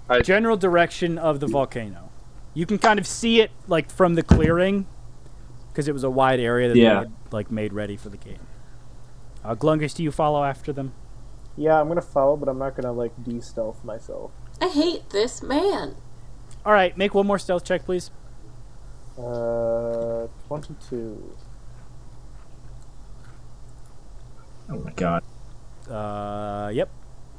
S4: I-
S1: general direction of the volcano. You can kind of see it like from the clearing because it was a wide area that they
S2: Yeah.
S1: had like made ready for the game. Uh, Glunkus, do you follow after them?
S7: Yeah, I'm gonna follow, but I'm not gonna like de-stealth myself.
S3: I hate this man.
S1: All right, make one more stealth check, please.
S7: Uh, 22.
S2: Oh my god.
S1: Uh, yep.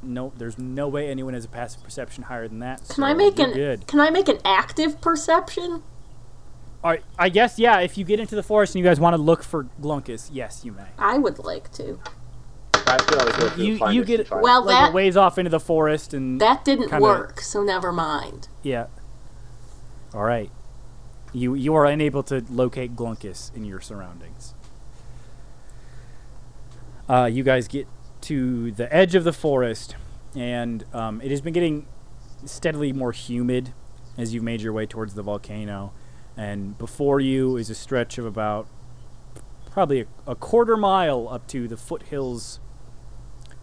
S1: No, there's no way anyone has a passive perception higher than that.
S3: Can I
S1: so
S3: make
S1: you're
S3: an
S1: good?
S3: Can I make an active perception?
S1: All right, I guess yeah. If you get into the forest and you guys want to look for Glunkus, yes, you may.
S3: I would like to.
S4: I feel like we'll
S1: You-
S4: find
S1: you
S4: it,
S1: get-
S4: find it.
S3: Well,
S1: Like
S3: that
S1: it ways off into the forest and
S3: that didn't
S1: kinda-
S3: work, so never mind.
S1: yeah. All right, you you are unable to locate Glunkus in your surroundings. Uh, you guys get to the edge of the forest, and um, it has been getting steadily more humid as you've made your way towards the volcano. And before you is a stretch of about probably a, a quarter mile up to the foothills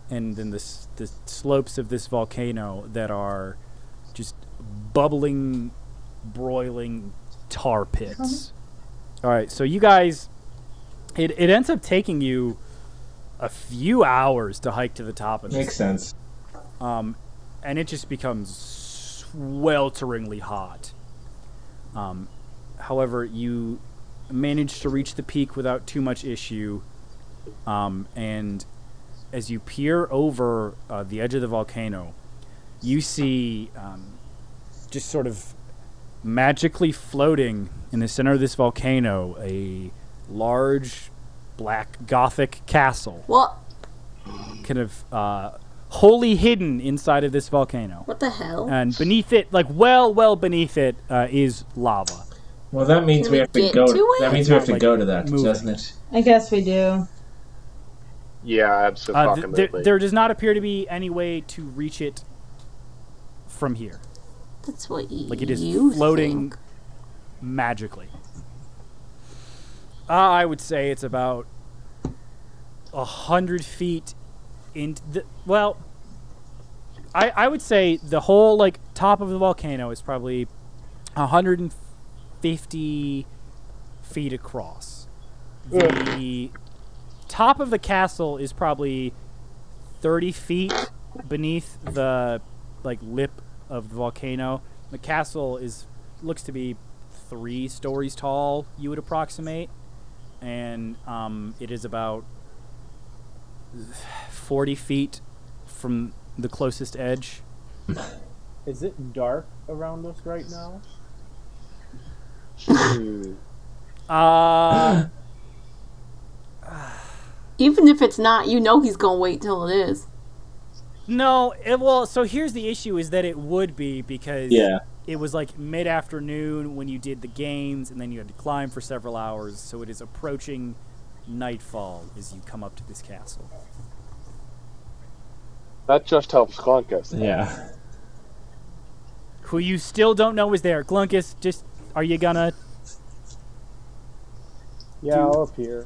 S1: and then the, s- the slopes of this volcano that are just bubbling, broiling tar pits. All right, so you guys, it, it ends up taking you a few hours to hike to the top of this
S2: Makes sense.
S1: and it just becomes swelteringly hot. Um, however, you manage to reach the peak without too much issue, um, and as you peer over uh, the edge of the volcano, you see um, just sort of magically floating in the center of this volcano a large black gothic castle
S3: What?
S1: kind of uh, wholly hidden inside of this volcano.
S3: What the hell?
S1: And beneath it, like well, well beneath it, uh, is lava.
S2: Well, that means
S3: Can
S2: we
S3: we
S2: have to
S3: get
S2: go.
S3: to it?
S2: that means we have
S1: It's
S2: to
S1: not
S2: go
S1: like
S2: to that,
S1: moving.
S2: doesn't it?
S6: I guess we do.
S4: yeah,
S1: Uh,
S4: absolutely.
S1: th- there, there does not appear to be any way to reach it from here.
S3: That's what you
S1: Like it is
S3: you
S1: floating
S3: think.
S1: magically. Uh, I would say it's about a hundred feet in. The, well, I I would say the whole like top of the volcano is probably a hundred and fifty feet across. The top of the castle is probably thirty feet beneath the like lip of the volcano. The castle is looks to be three stories tall. You would approximate, and um, it is about forty feet from the closest edge.
S7: Is it dark around us right now?
S1: Uh,
S3: Even if it's not, you know he's gonna wait till it is.
S1: no, it, well, so here's the issue: is that it would be because
S2: Yeah.
S1: it was like mid afternoon when you did the games, and then you had to climb for several hours. So it is approaching nightfall as you come up to this castle.
S4: that just helps Glunkus.
S2: Yeah.
S1: who you still don't know is there. Glunkus, just are you gonna?
S7: Yeah, I'll appear.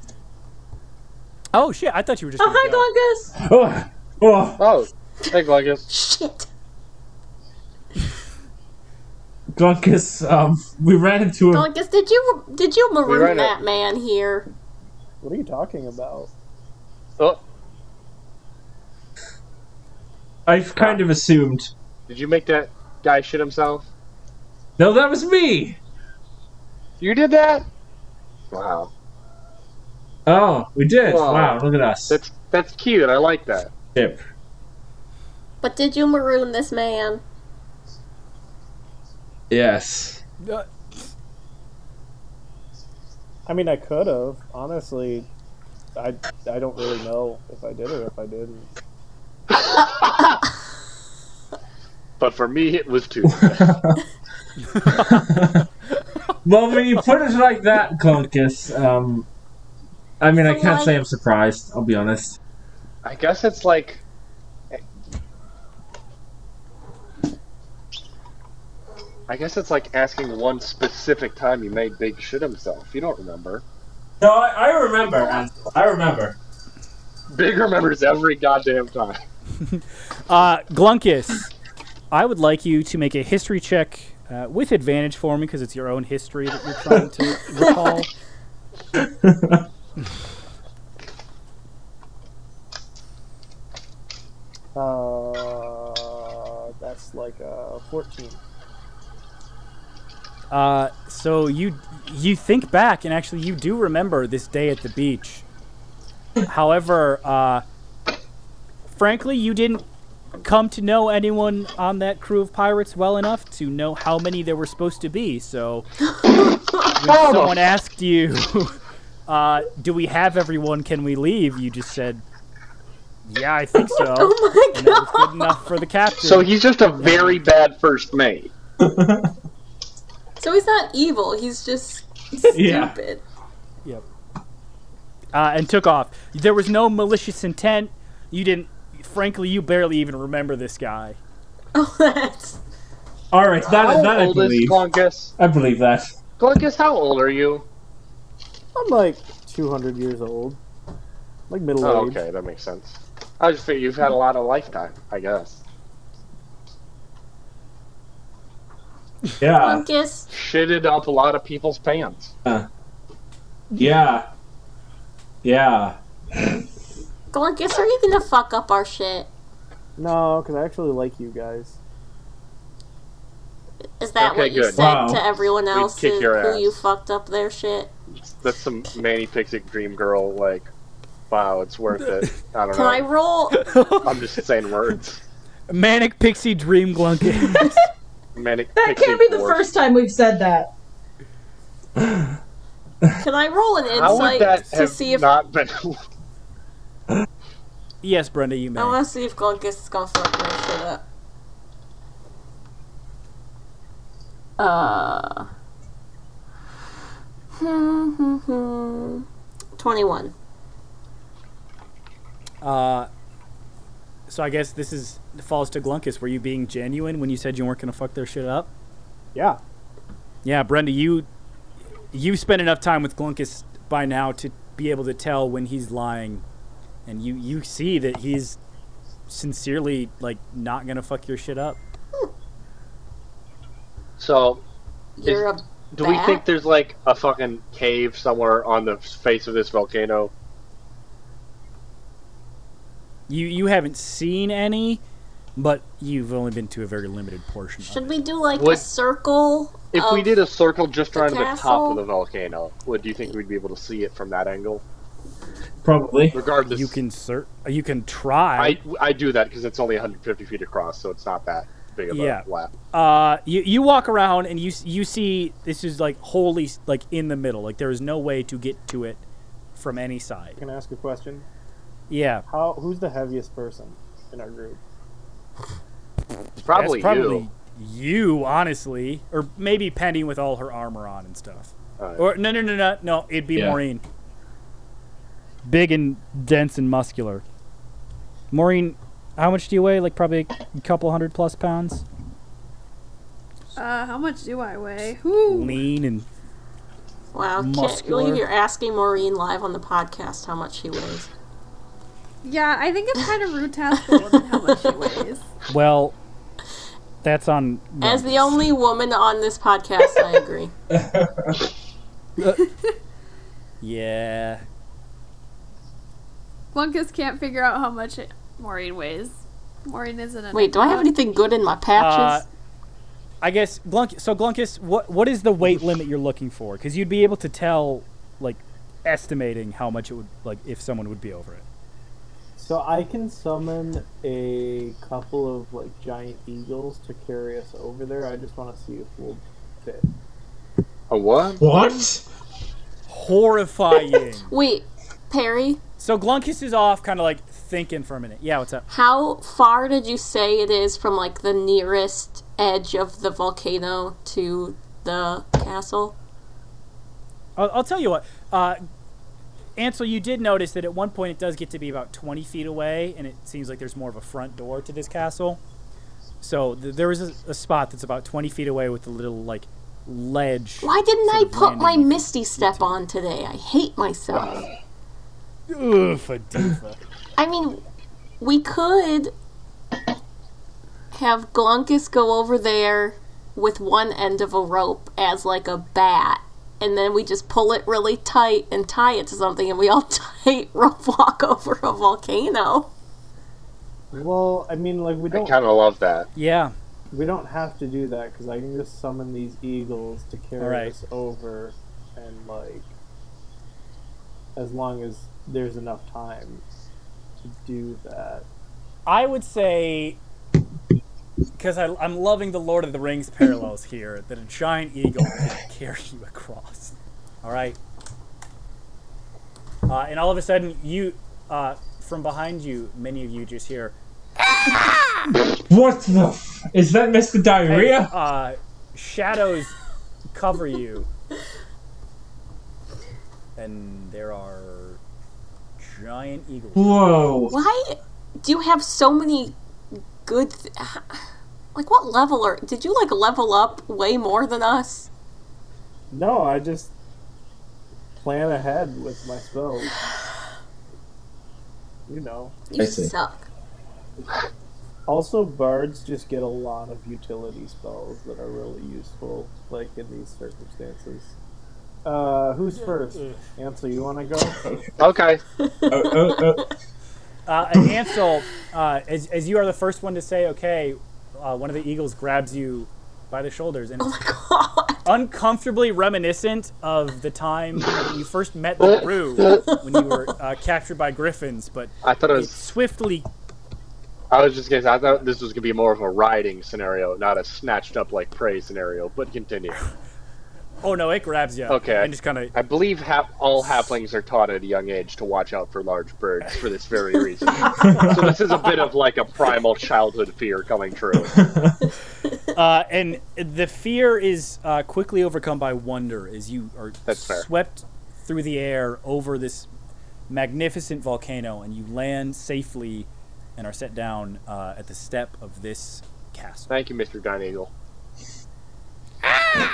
S1: Oh shit! I thought you were just.
S6: Oh,
S1: gonna go.
S6: hi, Glunkus.
S2: Oh, oh,
S4: Oh, hey Glunkus.
S3: Shit.
S2: Glunkus, um, we ran into a.
S3: Dunkus, did you did you
S4: ran
S3: maroon
S4: it.
S3: that man here?
S7: What are you talking about?
S4: Oh,
S2: I've kind of assumed.
S4: did you make that guy shit himself?
S2: No, that was me.
S4: You did that? Wow,
S2: Oh, we did.
S4: Wow.
S2: Wow, look at us.
S4: that's that's cute. I like that.
S2: Yep.
S3: But did you maroon this man? <laughs>
S4: <laughs>
S2: Yes.
S1: Uh,
S7: I mean, I could have. Honestly, I, I don't really know if I did or if I didn't.
S4: But for me, it was two.
S2: Well, when you put it like that, Glunkus, um, I mean, I
S3: So
S2: can't
S3: why-
S2: say I'm surprised. I'll be honest.
S4: I guess it's like. I guess it's like asking one specific time he made Big shit himself. You don't remember.
S2: No, I, I remember. Ansel. I remember.
S4: Big remembers every goddamn time.
S1: uh, Glunkus, I would like you to make a history check uh, with advantage for me because it's your own history that you're trying
S6: <laughs>
S1: to recall.
S7: Uh, that's like a 14.
S1: Uh, so you you think back, and actually you do remember this day at the beach. However, uh, frankly, you didn't come to know anyone on that crew of pirates well enough to know how many there were supposed to be. So when someone asked you, <laughs> uh, "Do we have everyone? Can we leave?" You just said, "Yeah, I think so."
S3: Oh my
S1: and that was
S3: god.
S1: good enough for the captain.
S4: So he's just a very bad first mate.
S3: So he's not evil, he's just
S2: <laughs> Yeah.
S3: stupid. <laughs>
S1: uh, and took off. There was no malicious intent. You didn't. Frankly, you barely even remember this guy.
S3: Oh, that's.
S2: <laughs> All right, that,
S4: How
S2: that I
S4: old is
S2: believe.
S4: Glunkus?
S2: I believe that.
S4: Glunkus, how old are you?
S7: I'm like 200 years old, like middle
S4: Oh,
S7: age.
S4: okay, that makes sense. I just figure you've had a lot of lifetime, I guess. Uh,
S2: Yeah,
S4: Um,
S3: Funkus.
S4: Shitted up a lot of people's pants.
S2: yeah, yeah.
S3: Glunkus, are you gonna fuck up our shit?
S7: No, because I actually like you guys.
S3: Is that
S4: Okay,
S3: what you
S4: good.
S3: said
S2: Wow.
S3: to everyone else
S4: kick
S3: is
S4: your
S3: who
S4: ass.
S3: you fucked up their shit?
S4: That's some Manny Pixick Dream Girl, like, wow, it's worth <laughs> it. I don't
S3: Can I
S4: know.
S3: roll?
S4: I'm just saying words.
S1: Manic Pixie Dream Glunkin.
S4: Manic
S6: That
S4: Pixie
S6: can't be the
S4: Dwarf.
S6: first time we've said that.
S3: Can I roll
S4: <laughs>
S3: an
S4: How would
S3: insight
S4: that
S3: to
S4: have
S3: see if
S4: not been? <laughs>
S1: yes, Brenda, you may.
S3: I want to see if Glunkus is gonna fuck my shit up. Uh. Hmm, hmm, hmm. 21.
S1: Uh, so I guess this is falls to Glunkus. Were you being genuine when you said you weren't going to fuck their shit up?
S7: Yeah.
S1: Yeah, Brenda, you you spent enough time with Glunkus by now to be able to tell when he's lying, and you you see that he's sincerely like not going to fuck your shit up.
S4: So,
S3: You're a
S4: do we
S3: bat?
S4: think there's like a fucking cave somewhere on the face of this volcano?
S1: You you haven't seen any, but you've only been to a very limited portion. of
S3: Should we do like a
S4: Would-
S3: circle?
S4: If we
S3: of-
S4: did a circle just
S3: the
S4: around the top
S3: castle?
S4: of the volcano, would do you think we'd be able to see it from that angle?
S2: Probably.
S4: Regardless,
S1: You can cert- you can try.
S4: I, I do that because it's only 150 feet across, so it's not that big of a
S1: Yeah.
S4: lap.
S1: uh, you you walk around and you s- you see this is like wholly s- like in the middle. Like there is no way to get to it from any side.
S7: Can I ask a question?
S1: Yeah,
S7: How? Who's the heaviest person in our group?
S4: It's probably,
S1: that's probably
S4: you.
S1: you, honestly, or maybe Penny with all her armor on and stuff.
S4: Alright.
S1: Or no no no no no, it'd be
S2: Yeah.
S1: Maureen. Big and dense and muscular. Maureen, how much do you weigh? Like probably a couple hundred plus pounds.
S5: Uh, how much do I weigh? Whoo.
S1: lean and
S3: Wow, can't
S1: muscular.
S3: believe you're asking Maureen live on the podcast how much she <laughs> weighs.
S5: Yeah, I think it's kind of rude to ask a woman how much she <laughs> weighs.
S1: well that's on
S3: As the only woman on this podcast, I agree.
S1: yeah
S5: Glunkus can't figure out how much it- Maureen weighs. Maureen isn't
S3: <laughs>
S5: an
S3: Wait, do I have anything good in my
S1: uh,
S3: patches?
S1: i guess glunk so glunkus what what is the weight limit you're looking for because you'd be able to tell like estimating how much it would like if someone would be over it
S7: So I can summon a couple of like giant eagles to carry us over there. I just want to see if we'll fit.
S4: A what?
S2: What?
S1: horrifying
S3: Wait, Perry,
S1: so glunkus is off kind of like thinking for a minute yeah what's up
S3: how far did you say it is from like the nearest edge of the volcano to the castle?
S1: I'll, I'll tell you what. Uh, Ansel, you did notice that at one point it does get to be about 20 feet away, and it seems like there's more of a front door to this castle. So th- there is a, a spot that's about 20 feet away with a little, like, ledge.
S3: Why didn't
S1: Sort
S3: I
S1: of
S3: put my
S1: landing.
S3: Misty Step on today? I hate myself.
S1: Ugh, fadifa.
S3: I mean, we could have Glunkus go over there with one end of a rope as like a bat, and then we just pull it really tight and tie it to something, and we all <laughs> tight rope walk over a volcano.
S7: Well, I mean, like we
S4: I
S7: don't
S4: kind of love that.
S1: yeah.
S7: We don't have to do that because I can just summon these eagles to carry
S1: Alright.
S7: us over, and like, as long as there's enough time to do that.
S1: I would say, because I'm loving the Lord of the Rings parallels here, that a giant eagle can <laughs> carry you across. All right. Uh, and all of a sudden, you, uh, from behind you, many of you just hear,
S2: What the? F- is that Mr. Diarrhea?
S1: uh, shadows cover you. And there are giant eagles.
S2: Whoa.
S3: Why do you have so many good? Th- <sighs> like, what level are? Did you like level up way more than us?
S7: No, I just plan ahead with my spells. You know.
S3: You
S2: I see.
S3: suck. <laughs>
S7: Also, bards just get a lot of utility spells that are really useful, like in these circumstances. Uh, who's first? Ansel, you want to go?
S4: Okay.
S2: Oh, oh, oh.
S1: Uh, and Ansel, uh, as, as you are the first one to say, okay, uh, one of the eagles grabs you by the shoulders, and
S3: Oh
S1: it's
S3: my god.
S1: uncomfortably reminiscent of the time when you first met the crew when you were uh, captured by griffins, but
S4: I thought it
S1: it
S4: was.
S1: swiftly.
S4: I was just gonna. Say, I thought this was gonna be more of a riding scenario, not a snatched up like prey scenario. But continue.
S1: Oh no, it grabs you.
S4: Okay.
S1: And just kind of.
S4: I believe ha- all halflings are taught at a young age to watch out for large birds for this very reason. so this is a bit of like a primal childhood fear coming true.
S1: Uh, and the fear is uh, quickly overcome by wonder as you are
S4: That's fair.
S1: swept through the air over this magnificent volcano, and you land safely and are set down uh, at the step of this castle.
S4: Thank you, Mr. Don Eagle.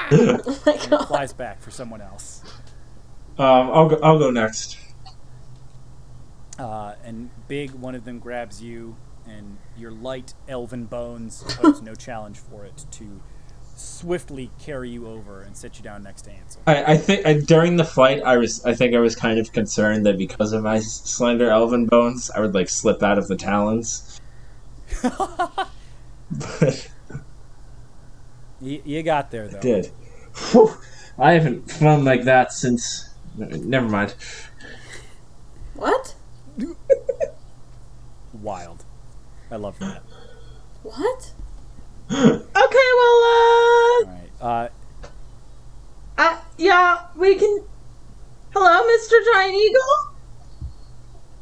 S1: Flies back for someone else.
S2: Um, I'll go. I'll go next.
S1: Uh, and big one of them grabs you, and your light elven bones pose no challenge for it to swiftly carry you over and set you down next to Ansel.
S2: I, I think I, during the fight, I was. I think I was kind of concerned that because of my s- slender elven bones, I would like slip out of the talons. <laughs>
S4: <laughs>
S2: but
S1: Y- you got there though.
S2: I did. Whew. I haven't flown like that since. Never mind.
S3: What?
S1: Wild. I love that.
S3: What?
S6: Okay, well, uh,
S1: All right. Uh,
S6: I, yeah, we can. Hello, Mr. Giant Eagle.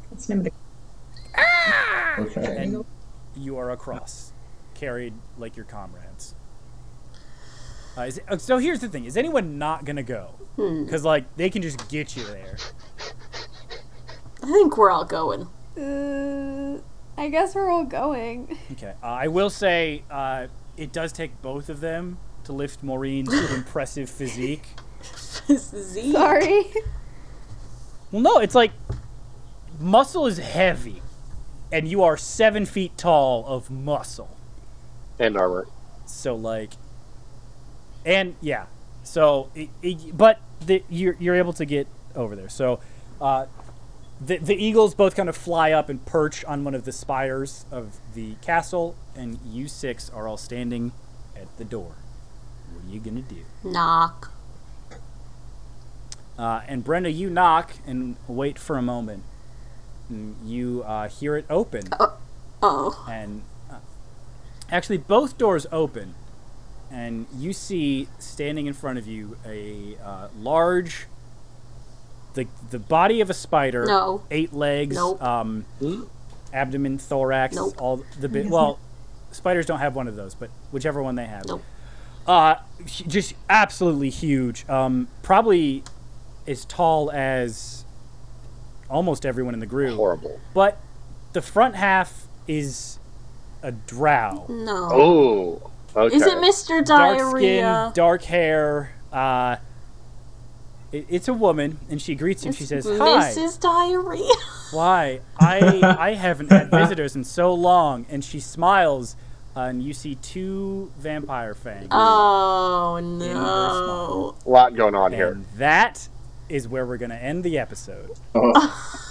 S6: That's the name of the.
S2: Okay.
S1: and you are across, carried like your comrades. Uh, is uh, so here's the thing: is anyone not gonna go? Because like they can just get you there.
S3: I think we're all going. <laughs>
S5: Uh, I guess we're all going. <laughs>
S1: Okay, uh, I will say uh, it does take both of them to lift Maureen's impressive physique.
S3: Z.
S5: Sorry.
S1: Well, no, it's like muscle is heavy, and you are seven feet tall of muscle.
S4: And armor.
S1: So like, and yeah, so it, it, but the, you're you're able to get over there. So, uh, the the eagles both kind of fly up and perch on one of the spires of the castle, and you six are all standing at the door. What are you gonna do?
S3: Knock.
S1: Uh, and Brenda, you knock and wait for a moment. And you uh, hear it open,
S3: Oh.
S1: and uh, actually, both doors open, and you see standing in front of you a uh, large, the the body of a spider,
S3: No.
S1: eight legs,
S3: Nope.
S1: um, abdomen, thorax,
S3: Nope.
S1: all the bit. Well, spiders don't have one of those, but whichever one they have,
S3: Nope.
S1: uh, hu- just absolutely huge. Um, probably as tall as almost everyone in the group,
S4: Horrible.
S1: but the front half is a drow.
S3: No.
S4: Oh. Okay.
S3: Is it Mr.
S1: Dark
S3: Diarrhea?
S1: skin, dark hair. Uh, it, it's a woman, and she greets you. and she says, "Hi,
S3: Mrs. Diarrhea. <laughs>
S1: why? I I haven't had visitors in so long." And she smiles, uh, and you see two vampire fangs,
S3: Oh
S1: her
S3: no.
S4: A lot going on here.
S1: and that is where we're gonna end the episode.
S2: Oh.